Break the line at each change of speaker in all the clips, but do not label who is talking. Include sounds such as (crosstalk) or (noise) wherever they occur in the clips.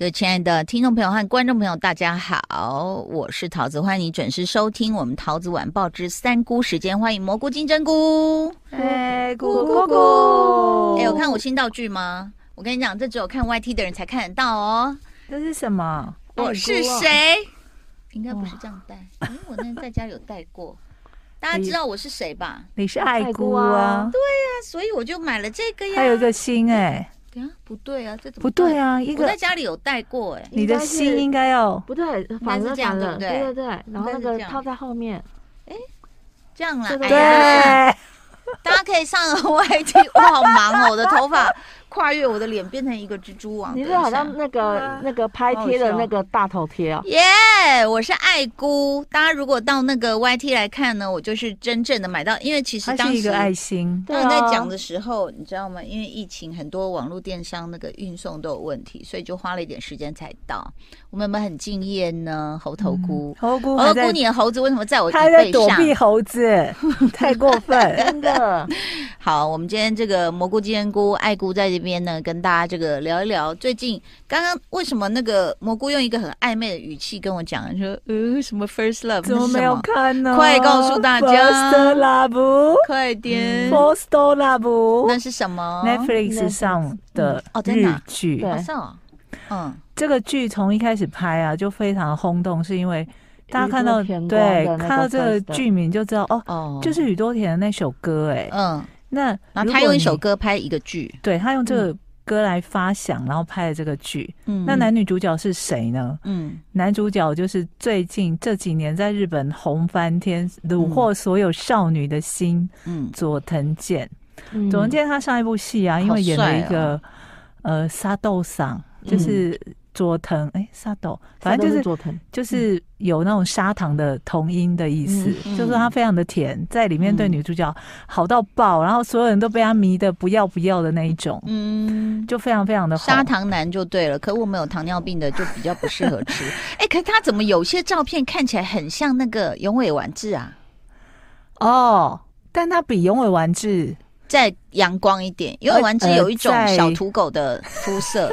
各位亲爱的听众朋友和观众朋友，大家好，我是桃子，欢迎你准时收听我们《桃子晚报》之三姑时间，欢迎蘑菇金针菇。
哎，咕咕咕！
哎、有看我新道具吗？我跟你讲，这只有看 YT 的人才看得到哦。
这是什么？啊
我哦是谁？应该不是这样戴，因为我那天在家有戴过。大家知道我是谁吧？
你是爱菇
爱
啊？
那所以我就买了这个呀。
还有一个心哎，
等一下不对啊，这怎么
不对
啊？
啊，一
我在
个
家里有戴过哎、
你的心应该要
不对，
该
反
是
了
这样
反了，
对不对
对对对，然
应
后
该
那
是
个
这样哦
套在后面，
这样啦。
这个
哎
对
呀，大家可以上 YT，我 (laughs) 好忙哦，我的头发跨越我的脸，变成一个蜘蛛网。
你是
等一
好
下
像那个
啊
那个拍贴的
好好笑
那个大头贴啊，
耶我是爱姑。大家如果到那个 YT 来看呢，我就是真正的买到，因为其实
它
当
是一
时
个爱心，
对
当时在
啊，
讲的时候，你知道吗？因为疫情，很多网络电商那个运送都有问题，所以就花了一点时间才到。我们有没有很敬业呢？猴头菇，
猴菇
猴
嗯还
头菇，
在
哦你的猴子为什么在我椅
他还在
背
躲
上？
避猴
(laughs)
子，太过分。
真的，
好，我们今天这个蘑菇煎菇爱菇在这边呢，跟大家这个聊一聊最近刚刚为什么那个蘑菇用一个很暧昧的语气跟我讲，说呃什么 first love
怎么没有
那是什
看哦呢？
快告诉大家
First Love，First
快点，
Love
那。是什么？
Netflix 上的
哦真的
日
啊
剧，
对
马上，嗯，
这个剧从一开始拍啊就非常轰动，是因为大家看到
宇多田光
对
的那个嗯
看到这个
first
剧名就知道哦，
哦，
就是宇多田的那首歌哎、
嗯，
那
然后
如
他
果
用一
你
首，歌拍一个剧，
对他用这
嗯
个歌来发想，然后拍了这个剧。
嗯，
那男女主角是谁呢？
嗯，
男主角就是最近这几年在日本红翻天、虏获所有少女的心，
嗯
佐藤健。
嗯
佐藤健他上一部戏啊，因为演了一
好帅
个、呃沙豆桑，就是
嗯
佐藤哎、沙豆，反正
都
就是是
佐藤，
就是有那种砂糖的同音的意思，
嗯
就是它非常的甜，在里面对女主角好到爆，然后所有人都被他迷得不要不要的那一种，
嗯。
就非常非常的
砂
红。
糖男就对了，可我们有糖尿病的就比较不适合吃。哎、可他怎么有些照片看起来很像那个永尾丸治啊？
哦，但它比永尾丸治
再阳光一点，永尾丸治有一种小土狗的肤色，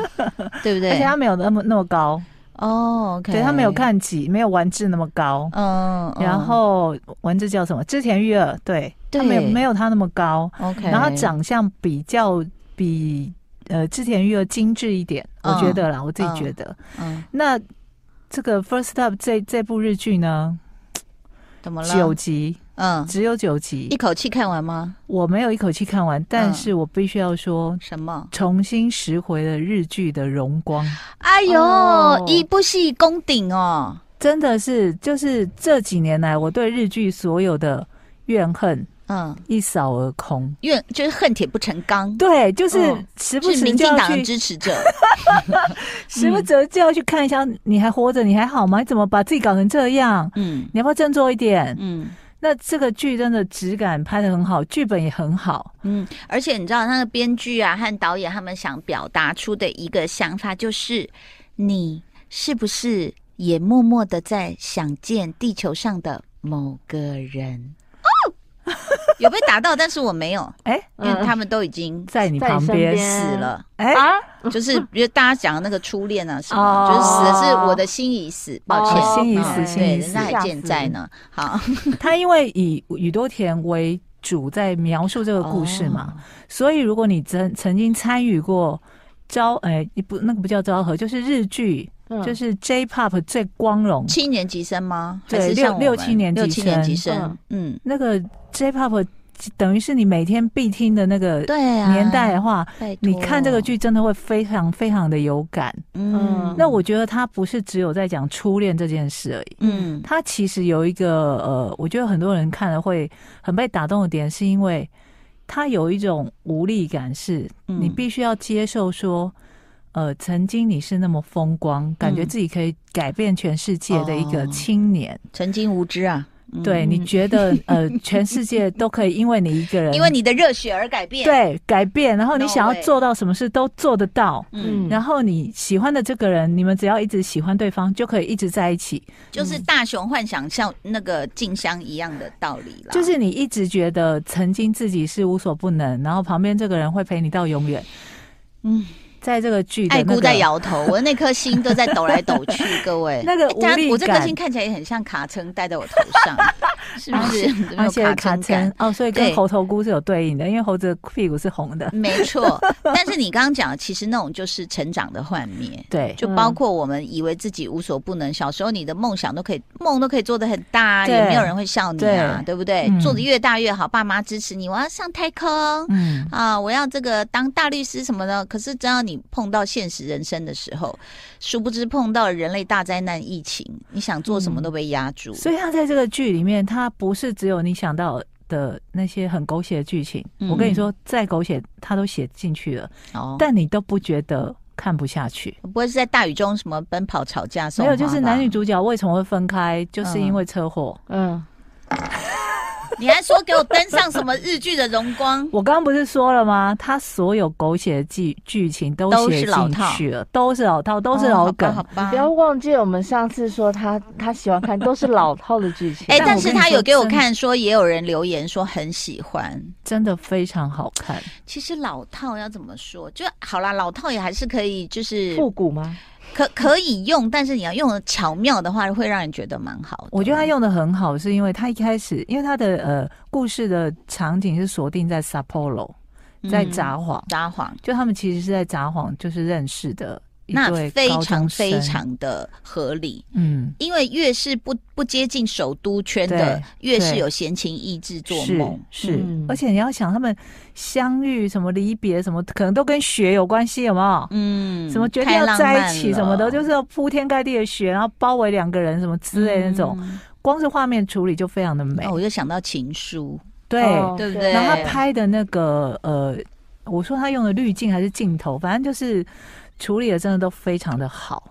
对不
呃 (laughs) 而且
对？
它没有那么那么高，
哦，OK，
对，它没有，看起没有丸治那么高。
嗯，嗯
然后丸治叫什么？织田裕二，对，
对
它没有没有它那么高，
OK，
然后它长相比较比呃织田裕二精致一点，我觉得啦，我自己觉得。
嗯，
那这个《First Up 这》这部日剧呢，
怎么
九
了？
集，
嗯，
只有九
一嗯
集，
口气看完吗？
我没有一口气看完，但是我必须要说，
什么？
重新拾回了日剧的荣光，
哎呦，
哦
一部戏攻顶哦，
真的是，就是这几年来我对日剧所有的怨恨
嗯，
一扫而空。
怨就是恨铁不成钢，
对，就是
嗯
时不
是
时
民
就
进
要
党的嗯
去，
支持者。
时不时就要去看一下，你还活着，你还好吗？你怎么把自己搞成这样？
嗯
你要不要振作一点？
嗯
那这个剧真的质感拍的很好，剧本也很好，
嗯，而且你知道，那个编剧啊和导演他们想表达出的一个想法，就是你是不是也默默的在想见地球上的某个人？哦，有被打到，但是我没有，
哎、
因为
嗯
他们都已经
在你
在你
旁
身
边
边
死了。
哎、
啊，
就是比如大家讲的那个初恋啊什么，
哦
就是死的是我的心已死，抱歉，
哦心已
死
嗯
心
对，
已
人家
死
还
吓
健
死
在呢。好，
他因为以宇多田为主在描述这个故事
哦
嘛，所以如果你曾曾经参与过昭，哎、不，那个不叫昭和，就是日剧，
嗯
就是 J-pop 最光荣
七年级生吗？还
对
是像我们
六六七年级
六七年级
生
生？嗯，
那个 J-pop，等于是你每天必听的那个
对啊，
年代的话，
拜托，
你看这个
啊
剧真的会非常非常的有感。
嗯，
那我觉得他不是只有在讲初恋这件事而已，
嗯
它其实有一个呃，我觉得很多人看了会很被打动的点，是因为它有一种无力感是，
嗯
你必须要接受说，呃，曾经你是那么风光，感觉
嗯
自己可以改变全世界的一个
哦
青年，
曾经无知啊，嗯
对，你觉得
(laughs)
呃，全世界都可以因为你一个人，
因为你的热血而改变。，
对改变，然后你
No
想要
way
做到什么事都做得到。
嗯，
嗯
然后你喜欢的这个人，你们只要一直喜欢对方，就可以一直在一起。
就是大雄幻想像那个静香一样的道理啦。
就是你一直觉得曾经自己是无所不能，然后旁边这个人会陪你到永远。
嗯，
在这个剧的
爱
那
姑
个
在摇头，我那颗心都在抖来抖去。各位，
(laughs) 那个
哎
无
这样
力
我这颗
感
心看起来也很像卡称戴在我头
(laughs)
上，是不是？有没
哦而
有
且
卡
卡
称感
针？哦，所以
对
跟猴头菇是有对应的，因为猴子的屁股是红的。
没错，但是你刚刚讲的，其实那种就是成长的幻灭，
对，
就包括我们以为自己无所不能，小时候你的梦想都可以，梦都可以做得很大、啊，
对
也没有人会笑你啊，对
对
不对？
嗯
做得越大越好，爸妈支持你，我要上太空。
嗯，
啊，我要这个当大律师什么的。可是，只要你碰到现实人生的时候，殊不知碰到人类大灾难疫情，你想做
嗯
什么都被压住。
所以他在这个剧里面，他不是只有你想到的那些很狗血的剧情。
嗯
我跟你说，再狗血他都写进去了，
哦，
但你都不觉得看不下去。
不会是在大雨中什么奔跑、吵架、送
没
花
有，
吧 (laughs)
就是男女，主角为什么会分开，就是因为车祸。？
嗯，
你还说给我登上什么日剧的荣光
我刚刚不是说了吗？他所有狗血的剧剧情都
都是
写
老
进
套
去了，都是老套，都是
哦
老
好吧
梗。
好吧
不。要忘记我们上次说他他喜欢看都是老套的剧情。
哎，
但
但
我
是
跟你
他
说
有给我
真
看，说也有人留言说很喜欢。
真的非常好看。
其实老套要怎么说？就好啦，老套也还是可以，就是
复古吗？
可可以用，但是你要用的巧妙的话，会让人觉得蛮好的。
我觉得他用的很好，是因为他一开始，因为他的呃故事的场景是锁定在 Sapporo，在
嗯
札幌，
撒谎。
就他们其实是在札幌就是认识的一
那
对
非
高
常
中
非
生，
常的合理，
嗯，
因为越是不不接近首都圈的
对，
越是
对
有闲情逸致做
是
梦。
是、
嗯
而且你要想他们相遇、什么离别、什么，可能都跟雪有关系，有没有？
嗯
什么决定
太
要
浪
在
漫
一起什么的，
了
就是要铺天盖地的雪，然后包围两个人什么之类的那种，
嗯
光是画面处理就非常的美。
哦，我就想到情书，
对、
哦
对不对
然后他拍的那个呃，我说他用的滤镜还是镜头，反正就是处理的真的都非常的好，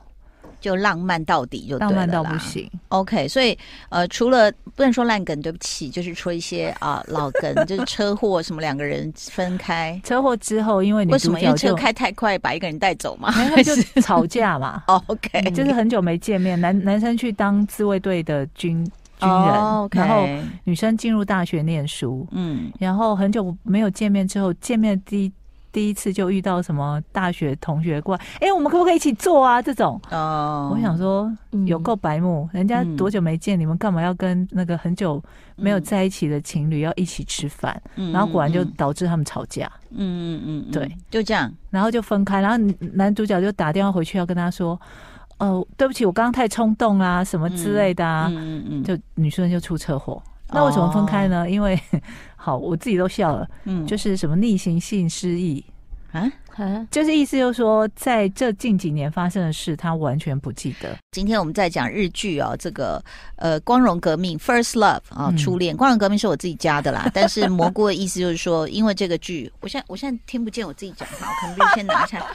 就浪漫到底就对
浪漫
了
到
啦
不。行。
OK，所以呃，除了不能说烂梗，对不起，就是说一些啊、老梗，就是车祸什么两个人分
(laughs)
开，
车祸之后，因为女
为什
主
么？因
角
为车
就
开太快，把一个人带走嘛。
没有他们 (laughs) 就吵
(laughs)
架嘛，
哦 OK，
嗯
就是很久没见面，男男生去当自卫队的军军人，
哦，OK，
然后女生进入大学念书，
嗯，
然后很久没有见面之后，见面第一第一次就遇到什么大学同学过来，哎、我们可不可以一起做啊？这种，
哦，
我想说
嗯
有够白目，人家多久没见，你们干嘛要跟那个很久没有在一起的情侣要一起吃饭？
嗯，
然后果然就
嗯
导致他们吵架，
嗯嗯嗯，
对
嗯，就这样。
然后就分开，然后男主角就打电话回去要跟他说，哦，对不起，我刚刚太冲动啦、什么之类的啊，
嗯嗯嗯，
就女生就出车祸。那为什么分开呢？因为 (laughs) 好，我自己都笑了，
嗯
就是什么逆行性失忆，
啊，
啊，
就是意思就是说，在这近几年发生的事，他完全不记得。
今天我们在讲日剧哦，这个呃《光荣革命》（First Love） 啊、
嗯
初恋。光荣革命是我自己加的啦， (laughs) 但是蘑菇的意思就是说，因为这个剧，我现在我现在听不见我自己讲话，我可能必须先拿
(laughs)
下来。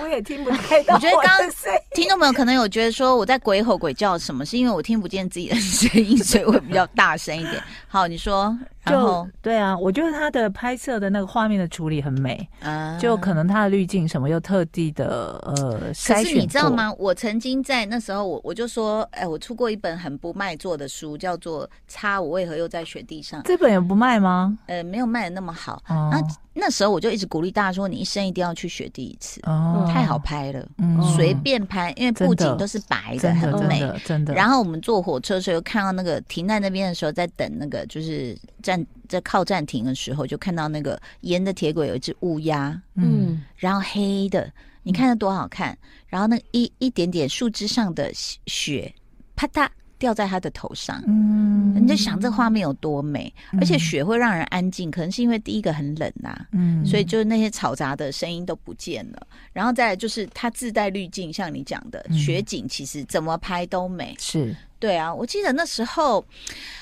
我也听不太
到我觉得刚
刚
听众朋友可能有觉得说我在鬼吼鬼叫什么，是因为我听不见自己的声音，所以我比较大声一
(laughs)
点。好，你说，然后
就对啊，我觉得他的拍摄的那个画面的处理很美，
啊
就可能他的滤镜什么又特地的呃
可
筛
是
选
你知道
过？
吗？我曾经在那时候，我我就说，哎，我出过一本很不卖座的书，叫做《擦，我为何又在雪地上》，
这本也不卖吗？
呃，没有卖的那么好。
哦
那那时候我就一直鼓励大家说，你一生一定要去雪地一次，
哦
太好，拍了，
嗯
随便拍，因为布景都是白的，
真的
很
真
美。
的真的。
然后我们坐火车的时候，看到那个停在那边的时候，在等那个就是站在靠站停的时候，就看到那个沿着铁轨有一只乌鸦，
嗯，
然后黑的，你看它多好看。然后那一一点点树枝上的雪雪，啪嗒掉在他的头上，
嗯
你就想这画面有多美。而且
嗯
雪会让人安静，可能是因为第一个很冷啊，
嗯
所以就是那些嘈杂的声音都不见了。然后再来就是它自带滤镜，像你讲的
嗯
雪景，其实怎么拍都美。
是
对啊，我记得那时候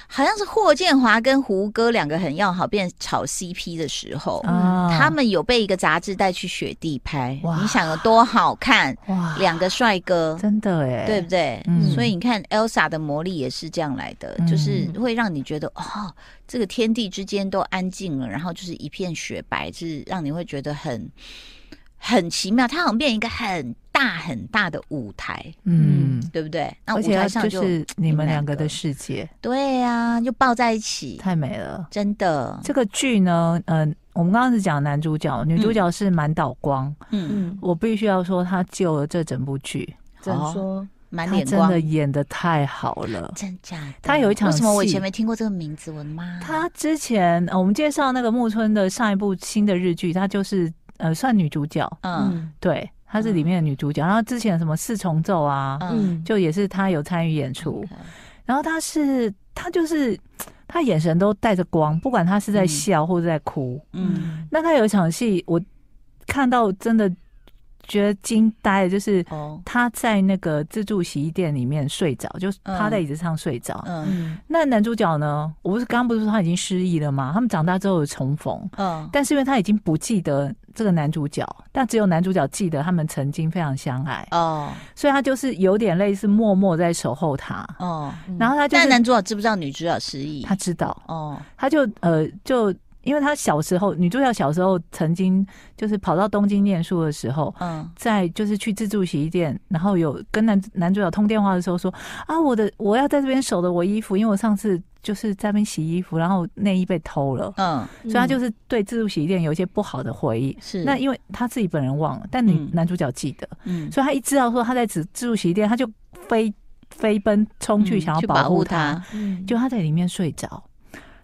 好像是霍建华跟胡歌两个很要好，变炒 CP 的时候。
啊，
嗯他们有被一个杂志带去雪地拍，
哇
你想有多好看？
哇，
两个帅
(laughs)
哥，
真的哎，
对不对？
嗯
所以你看 Elsa 的魔力也是这样来的，
嗯
就是会让你觉得哦，这个天地之间都安静了，然后就是一片雪白，就是让你会觉得很很奇妙。它好像变一个很大很大的舞台，
嗯，
对不对？那
而
舞
且要
台上
就
就是
你们两
两
个
个
的世界
对呀、就抱在一起，
太美了。
真的，
这个剧呢，嗯、我们刚刚是讲男主角，女主角是满岛光，
嗯，
嗯，
我必须要说她救了这整部剧，
怎么说？
满
她
脸
真
光嗯
的，演的太好了。
真假的？
他有一场
为什么我以
戏
前没听过这个名字？我的妈！
她之前、呃、我们介绍那个木村的上一部新的日剧，她就是呃算女主角，
嗯
对，她是里面的女主角。然后之前什么四重奏啊，
嗯，
就也是她有参与演出。
OK
然后他是他就是他眼神都带着光，不管他是在
嗯
笑或者在哭。
嗯
那他有一场戏，我看到真的觉得惊呆了，就是
哦
他在那个自助洗衣店里面睡着，就是
嗯
趴在椅子上睡着。
嗯
嗯
那男主角呢？我不是刚刚不是说他已经失忆了吗？他们长大之后有重逢，
嗯
但是因为他已经不记得这个男主角，但只有男主角记得他们曾经非常相爱，
哦
所以他就是有点类似默默在守候他。
哦，
然后他就
但
是
男主角知不知道女主角失忆
他？知道，
哦，
他就呃就因为他小时候，女主角小时候曾经就是跑到东京念书的时候。
嗯
在就是去自助洗衣店，然后有跟男男主角通电话的时候说啊，我的我要在这边守着我衣服，因为我上次就是在那边洗衣服，然后内衣被偷了，
嗯，
所以他就是对自助洗衣店有一些不好的回忆。
是
那因为他自己本人忘了，但女、
嗯
男主角记得，
嗯
所以他一知道说他在自自助洗衣店，他就飞飞奔冲去
嗯
想要
去
保
保
护
护
他，
他，
嗯
就他在里面睡着，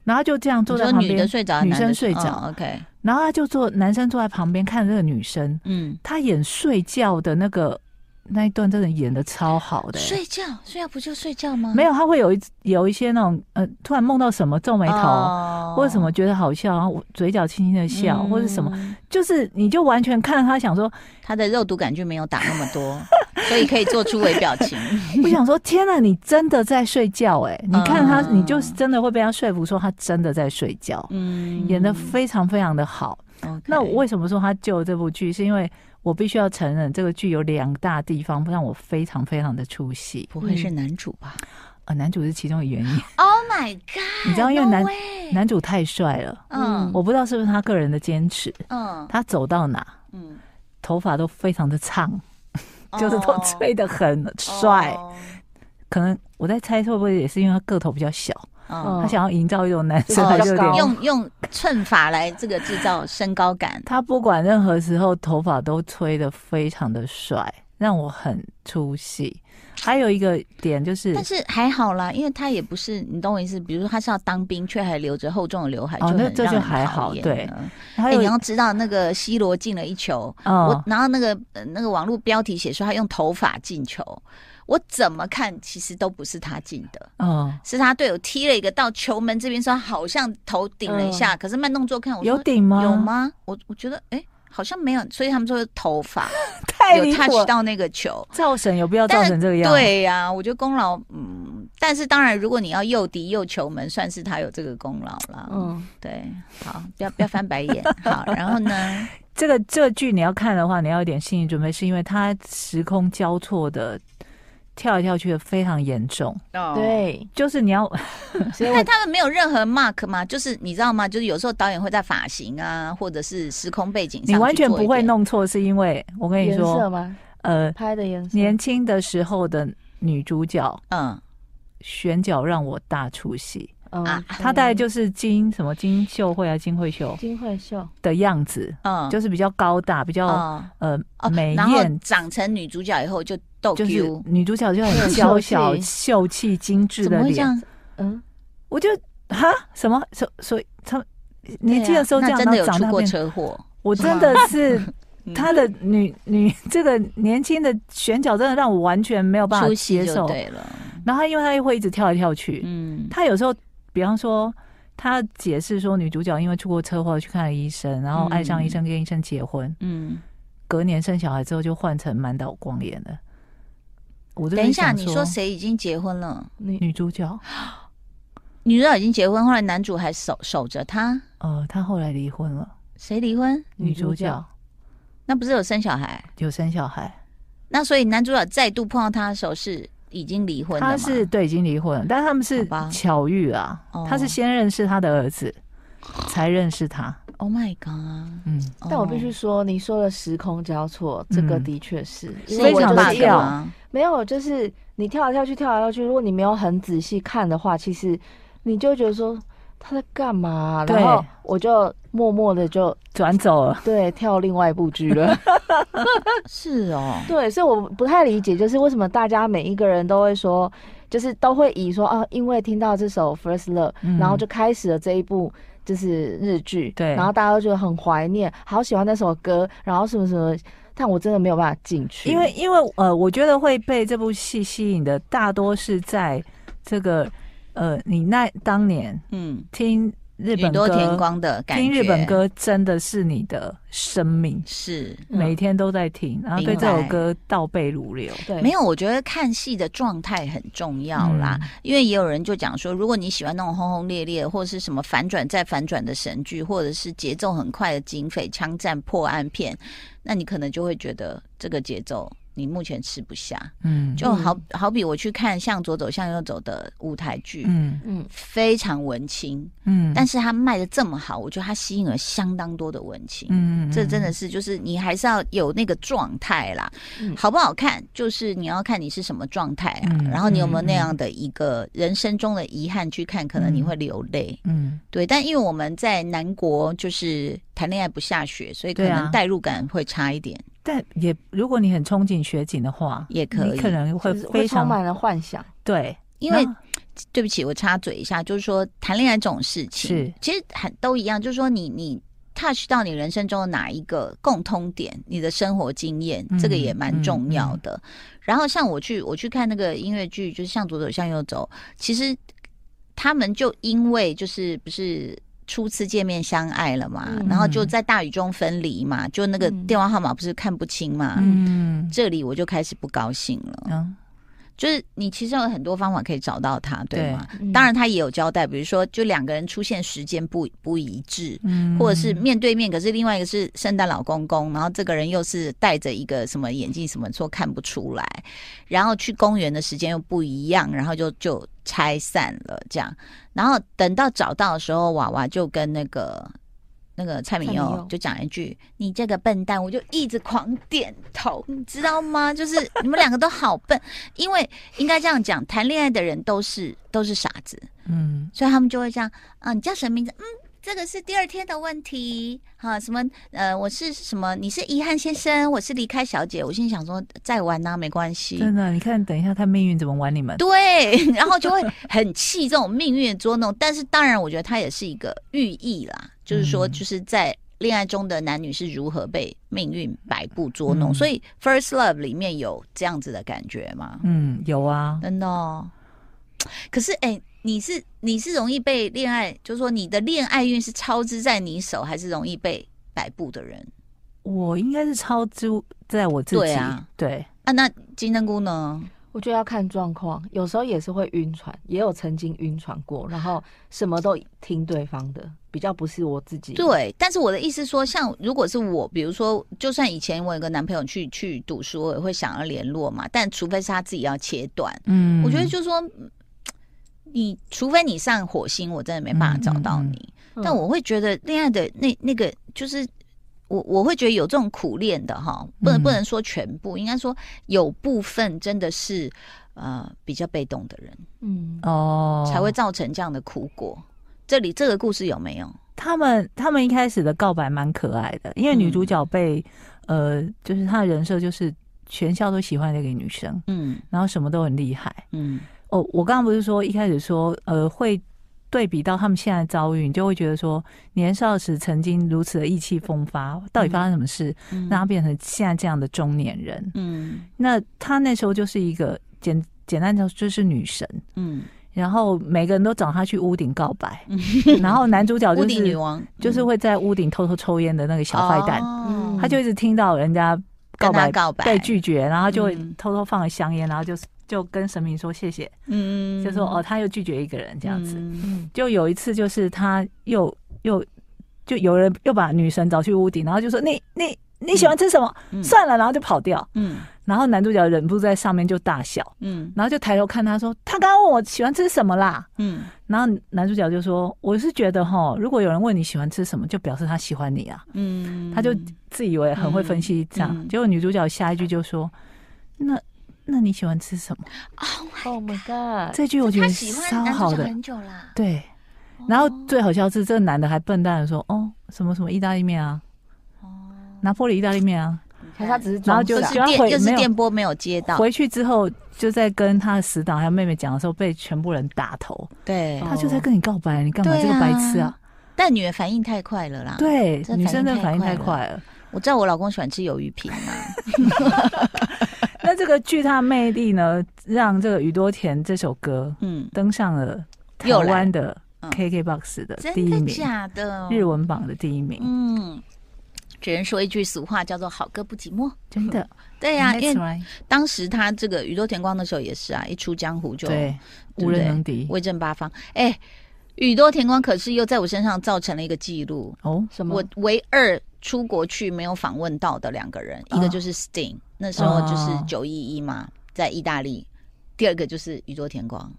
然后他就这样坐
你
在
说
旁
女的
边，
睡着还是
女
男的，
生睡着
嗯，OK，
然后他就坐男生坐在旁边看这个女生，
嗯，
他演睡觉的那个那一段真的演的超好的、欸
睡觉睡觉不就睡觉吗？
没有他会有一有一些那种呃突然梦到什么皱眉头。
哦
或者什么觉得好笑，然后我嘴角轻轻的笑，
嗯
或者什么，，就是你就完全看
(laughs)
他想说，
他的肉毒杆菌没有打那么多， (laughs) 所以可以做出微表
(laughs)
情。
我想说，天呐，你真的在睡觉哎、
嗯
你看他，你就是真的会被他说服，说他真的在睡觉，
嗯
演的非常非常的好。
OK
那我为什么说他救了这部剧？是因为我必须要承认，这个剧有两大地方让我非常非常的出戏。
不会是男主吧
呃，男主是其中的原因，
？Oh my god！
你知道因为男
no way
男主太帅了，
嗯
我不知道是不是他个人的坚持，
嗯
他走到哪
嗯，
头发都非常的烫，就是都
哦
吹得很帅。
哦
可能我在猜会不会也是因为他个头比较小，
哦
他想要营造一种男生
哦
的有
高
点
用用寸法来这个制造身高感。
他不管任何时候头发都吹得非常的帅，让我很出戏。还有一个点就是
但，是还好啦，因为他也不是，你懂我意思？比如说他是要当兵，却还留着厚重的刘海，
哦
就
那
很
这就
让人
还好
讨厌
对
了
还
哎，
有
你要知道那个 C 罗进了一球，我
嗯，
然后那个、呃那个网络标题写说他用头发进球，我怎么看其实都不是他进的，
嗯，
是他队友踢了一个到球门这边，说他好像头顶了一下，可是慢动作看我说
嗯有顶吗？
有？吗？我我觉得哎、好像没有，所以他们说是头发
太
有
离谱
touch
了！
到那个球。
造神有必要造成这个样？，
对呀、我觉得功劳，嗯，但是当然，如果你要诱敌诱球门，算是他有这个功劳啦。嗯，
嗯
对，好，不要不要翻白
(laughs)
眼。好，然后呢？
这个这个剧你要看的话，你要有点心理准备，是因为它时空交错的跳来跳去的非常严重，
哦， (laughs)
对，
就是你要
所以
但
我
他们没有任何 mark 吗？就是你知道吗？就是有时候导演会在发型啊，或者是时空背景上，
你完全不会。弄错，是因为我跟你
颜色
(laughs)
说，
哦
吗？
呃，
拍的颜色，
年轻的时候的女主角
嗯，
选角让我大出戏。
嗯
啊
她大概就是金什么金秀慧啊、金惠秀
金惠秀，
的样子，
嗯，
就是比较高大，比较、
哦
呃美
然后
艳，
长成女主角以后就逗
就是
丢，
女主角就很
很
娇
秀
小、
气
秀气、精致
怎
的
么会这
脸。
样？
嗯，
我就哈什么所所以她年轻的时候这
对啊
样，
那真的有
然后长
出
大
过
变，
车祸，嗯
我真的是
(laughs)
她的女女这个年轻的选角真的让我完全没有办法
出戏
接
就
受。
对了。
然后她因为她又会一直跳来跳去，
嗯，
他有时候，比方说，他解释说女主角因为出过车祸去看了医生，然后爱上医生，跟医生结婚，
嗯，
隔年生小孩之后就换成满岛光演的。我就
等一
在
下，
想
你说
说
谁已经结婚了？
你
女主角？
女主角已经结婚，后来男主还守守着她，
呃，她后来离婚了，
谁离婚？
女主角
角
那不是有生小孩？
有生小孩，
那所以男主角再度碰到她的时候是已经离婚了吗
她是对已经离婚了，但他们是
好吧
巧遇啊
哦，
她是先认识她的儿子，才认识他。
Oh my god！
嗯，
但我必须说，你说的时空交错，这个
嗯
的确是，
是
因为
非
我
常
就
的
是
跳
有没有，就是你跳来跳去，跳来跳去，如果你没有很仔细看的话，其实你就会觉得说他在干嘛啊、
对
然后我就默默的就
转走了。
对跳另外一部剧了。
是哦，
对，所以我不太理解，就是为什么大家每一个人都会说，就是都会以说啊，因为听到这首《First Love、
嗯
然后就开始了这一部。就是日剧，
对
然后大家都觉得很怀念，好喜欢那首歌，然后什么什么，但我真的没有办法进去，
因为因为呃，我觉得会被这部戏吸引的，大多是在这个呃，你那当年
嗯，
听日
宇
本
多
歌，
田光的感觉，
听日本歌真的是你的生命，
是。
嗯
每天都在听，然后对
明
这首
白
歌倒背如流。
对
没有，我觉得看戏的状态很重要
嗯
啦，因为也有人就讲说，如果你喜欢那种轰轰烈烈或者是什么反转再反转的神剧，或者是节奏很快的警匪枪战破案片，那你可能就会觉得这个节奏你目前吃不下。
嗯，
就好好比我去看向左走向右走的舞台剧，
嗯
嗯，
非常文青，
嗯，
但
是
是它卖的这么好，我觉得它吸引了相当多的文青。
嗯
这真的是，就是你还是要有那个状态啦，
嗯
好不好看，就是你要看你是什么状态啊，
嗯
然后你有没有
嗯
那样的一个人生中的遗憾去看，可能你会流泪。
嗯
对，但因为我们在南国就是谈恋爱不下雪，所以可
对啊
能代入感会差一点，
但也，如果你很憧憬雪景的话，
也可以
你可能会
就是
非
会充
常
满了幻想，
对，
因为
那
对不起，我插嘴一下，就是说谈恋爱这种事情，
是
其实很都一样，就是说你你 touch 到你人生中的哪一个共通点，你的生活经验，
嗯
这个也蛮重要的。然后像我去我去看那个音乐剧，就是向左走向右走，其实他们就因为就是不是。初次见面相爱了嘛，
嗯
然后就在大雨中分离嘛，就那个
嗯
电话号码不是看不清嘛，
嗯
这里我就开始不高兴了。
嗯
就是你其实有很多方法可以找到他，对吗？
嗯
当然，他也有交代，比如说，就两个人出现时间不不一致，
嗯
或者是面对面，可是另外一个是圣诞老公公，然后这个人又是戴着一个什么眼镜，什么说看不出来，然后去公园的时间又不一样，然后就就拆散了这样。然后等到找到的时候，娃娃就跟那个那个蔡明
蔡明
佑
佑
就讲一句：“你这个笨蛋！”我就一直狂点头，你知道吗？ (laughs) 就是你们两个都好笨，因为应该这样讲，谈恋爱的人都是都是傻子，
嗯
所以他们就会这样啊，你叫什么名字？嗯，这个是第二天的问题。哈、什么？呃，我是什么？你是遗憾先生，我是离开小姐。我心里想说，再玩呐、啊没关系。
真的，你看，等一下看命运怎么玩你们。
对， (laughs) 然后就会很气这种命运的捉弄。但是当然，我觉得它也是一个寓意啦，就是说，
嗯
就是在恋爱中的男女是如何被命运摆布捉弄。
嗯
所以，《First Love》里面有这样子的感觉吗？
嗯，有啊，
真的、哦。可是，哎、你是你是容易被恋爱，就是说你的恋爱运是操之在你手，还是容易被摆布的人
我应该是超支在我自己，
对啊
对
啊？那金针菇呢？
我觉得要看状况，有时候也是会晕船，也有曾经晕船过，然后什么都听对方的，比较不是我自己。，
对，但是我的意思说，像如果是我，比如说，就算以前我有个男朋友去去读书，我也会想要联络嘛，但除非是他自己要切断，
嗯
我觉得就是说。嗯你除非你上火星，我真的没办法找到你。
嗯
但我会觉得恋爱的那那个就是。我我会觉得有这种苦恋的哈，不能
嗯
不能说全部，应该说有部分真的是呃比较被动的人、
嗯，
哦
才会造成这样的苦果。这里这个故事有没有？
他们他们一开始的告白蛮可爱的，因为女主角被、
嗯
呃，就是她的人设就是全校都喜欢那个女生，
嗯
然后什么都很厉害。
嗯
哦，我刚刚不是说一开始说呃会。对比到他们现在的遭遇，你就会觉得说，年少时曾经如此的意气风发，到底发生什么事，
嗯
让他变成现在这样的中年人？
嗯
那他那时候就是一个简简单讲就是女神，
嗯，
然后每个人都找他去屋顶告白，然后男主
(laughs) 屋
角哦就
顶女
是
王嗯
就是会在屋顶偷偷抽烟的那个小坏蛋，
哦
他就一直听到人家
跟
告
他
白
告白
被拒绝，然后就会
嗯
偷偷放了香烟，然后就就跟神明说谢谢，
嗯
就说哦他又拒绝一个人这样子，
嗯
嗯
就有一次就是他又又就有人又把女神找去屋顶，然后就说你你你喜欢吃什么？
嗯
算了，然后就跑掉。
嗯
然后男主角忍不住在上面就大笑，
嗯
然后就抬头看他说：“他刚刚问我喜欢吃什么啦
嗯，？”
然后男主角就说：“我是觉得哈，如果有人问你喜欢吃什么，就表示他喜欢你啊。”
嗯，
他就自以为很会分析这样，
嗯嗯
结果女主角下一句就说：“那那你喜欢吃什么
，Oh my？” god！
这句我觉
他
得
呃喜欢
超
男
好
主角
的，
很久啦。
对。然后
哦
最好笑是，这个男的还笨蛋的说：“哦，什么什么意大利面啊，拿破里意大利面啊。
还是他只是
然后
装
就
哦又
傻
是
就要
电
回
又
啊没
是
有
电波没有接”到，
回去之后就在跟他的死党还有妹妹讲的时候，被全部人打头。
对
哦
他就在跟你告白，你干嘛
对啊
这个白痴啊？
但女儿反应太快了啦。，
对
啊这，
女生的
反
反
应
应
太
太
快
快了。
我知道我老公喜欢吃鱿鱼皮嘛。
那这个巨大魅力呢，让这个宇多田这首歌
嗯，
登上了台
又来
湾的
嗯
KKBOX 的 (laughs) 第
真
一
的
名，
假的？
日文榜的第一名，
嗯，只能说一句俗话，叫做“好歌不寂寞
真的。”。
对呀、因
That's
为
right
当时他这个宇多田光的时候也是啊，一出江湖就
对，
对
无人能敌
威震八方。哎，宇多田光可是又在我身上造成了一个记录，
哦。
什么
我？唯二出国去没有访问到的两个人，一
啊
个就是 Sting，那时候就是
啊
九一一嘛，在意大利；第二个就是宇多田光。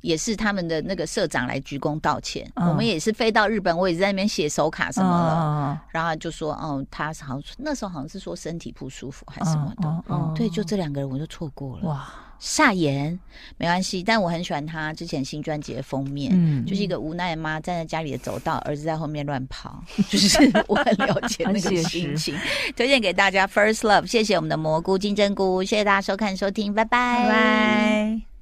也是他们的那个社长来鞠躬道歉，
嗯
我们也是飞到日本，我也在那边写手卡什么了，
了？
然后他就说，哦，他是好像那时候好像是说身体不舒服还是啊什么的。
嗯嗯
哦
对，就这两个人我就错过
嗯
了。
哇，
夏言没关系，但我很喜欢他之前新专辑的封面，
嗯
就是一个无奈妈站在家里的走道，儿子在后面乱跑， (laughs) 就是我很了解那个心情。推荐给大家《First Love》，谢谢我们的蘑菇金针菇，谢谢大家收看收听，拜拜
嗯拜。拜。